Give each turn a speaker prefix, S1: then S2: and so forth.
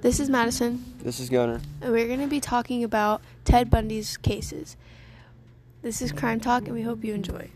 S1: This is Madison,
S2: This is Gunner.
S1: and we're going to be talking about Ted Bundy's cases. This is Crime Talk, and we hope you enjoy.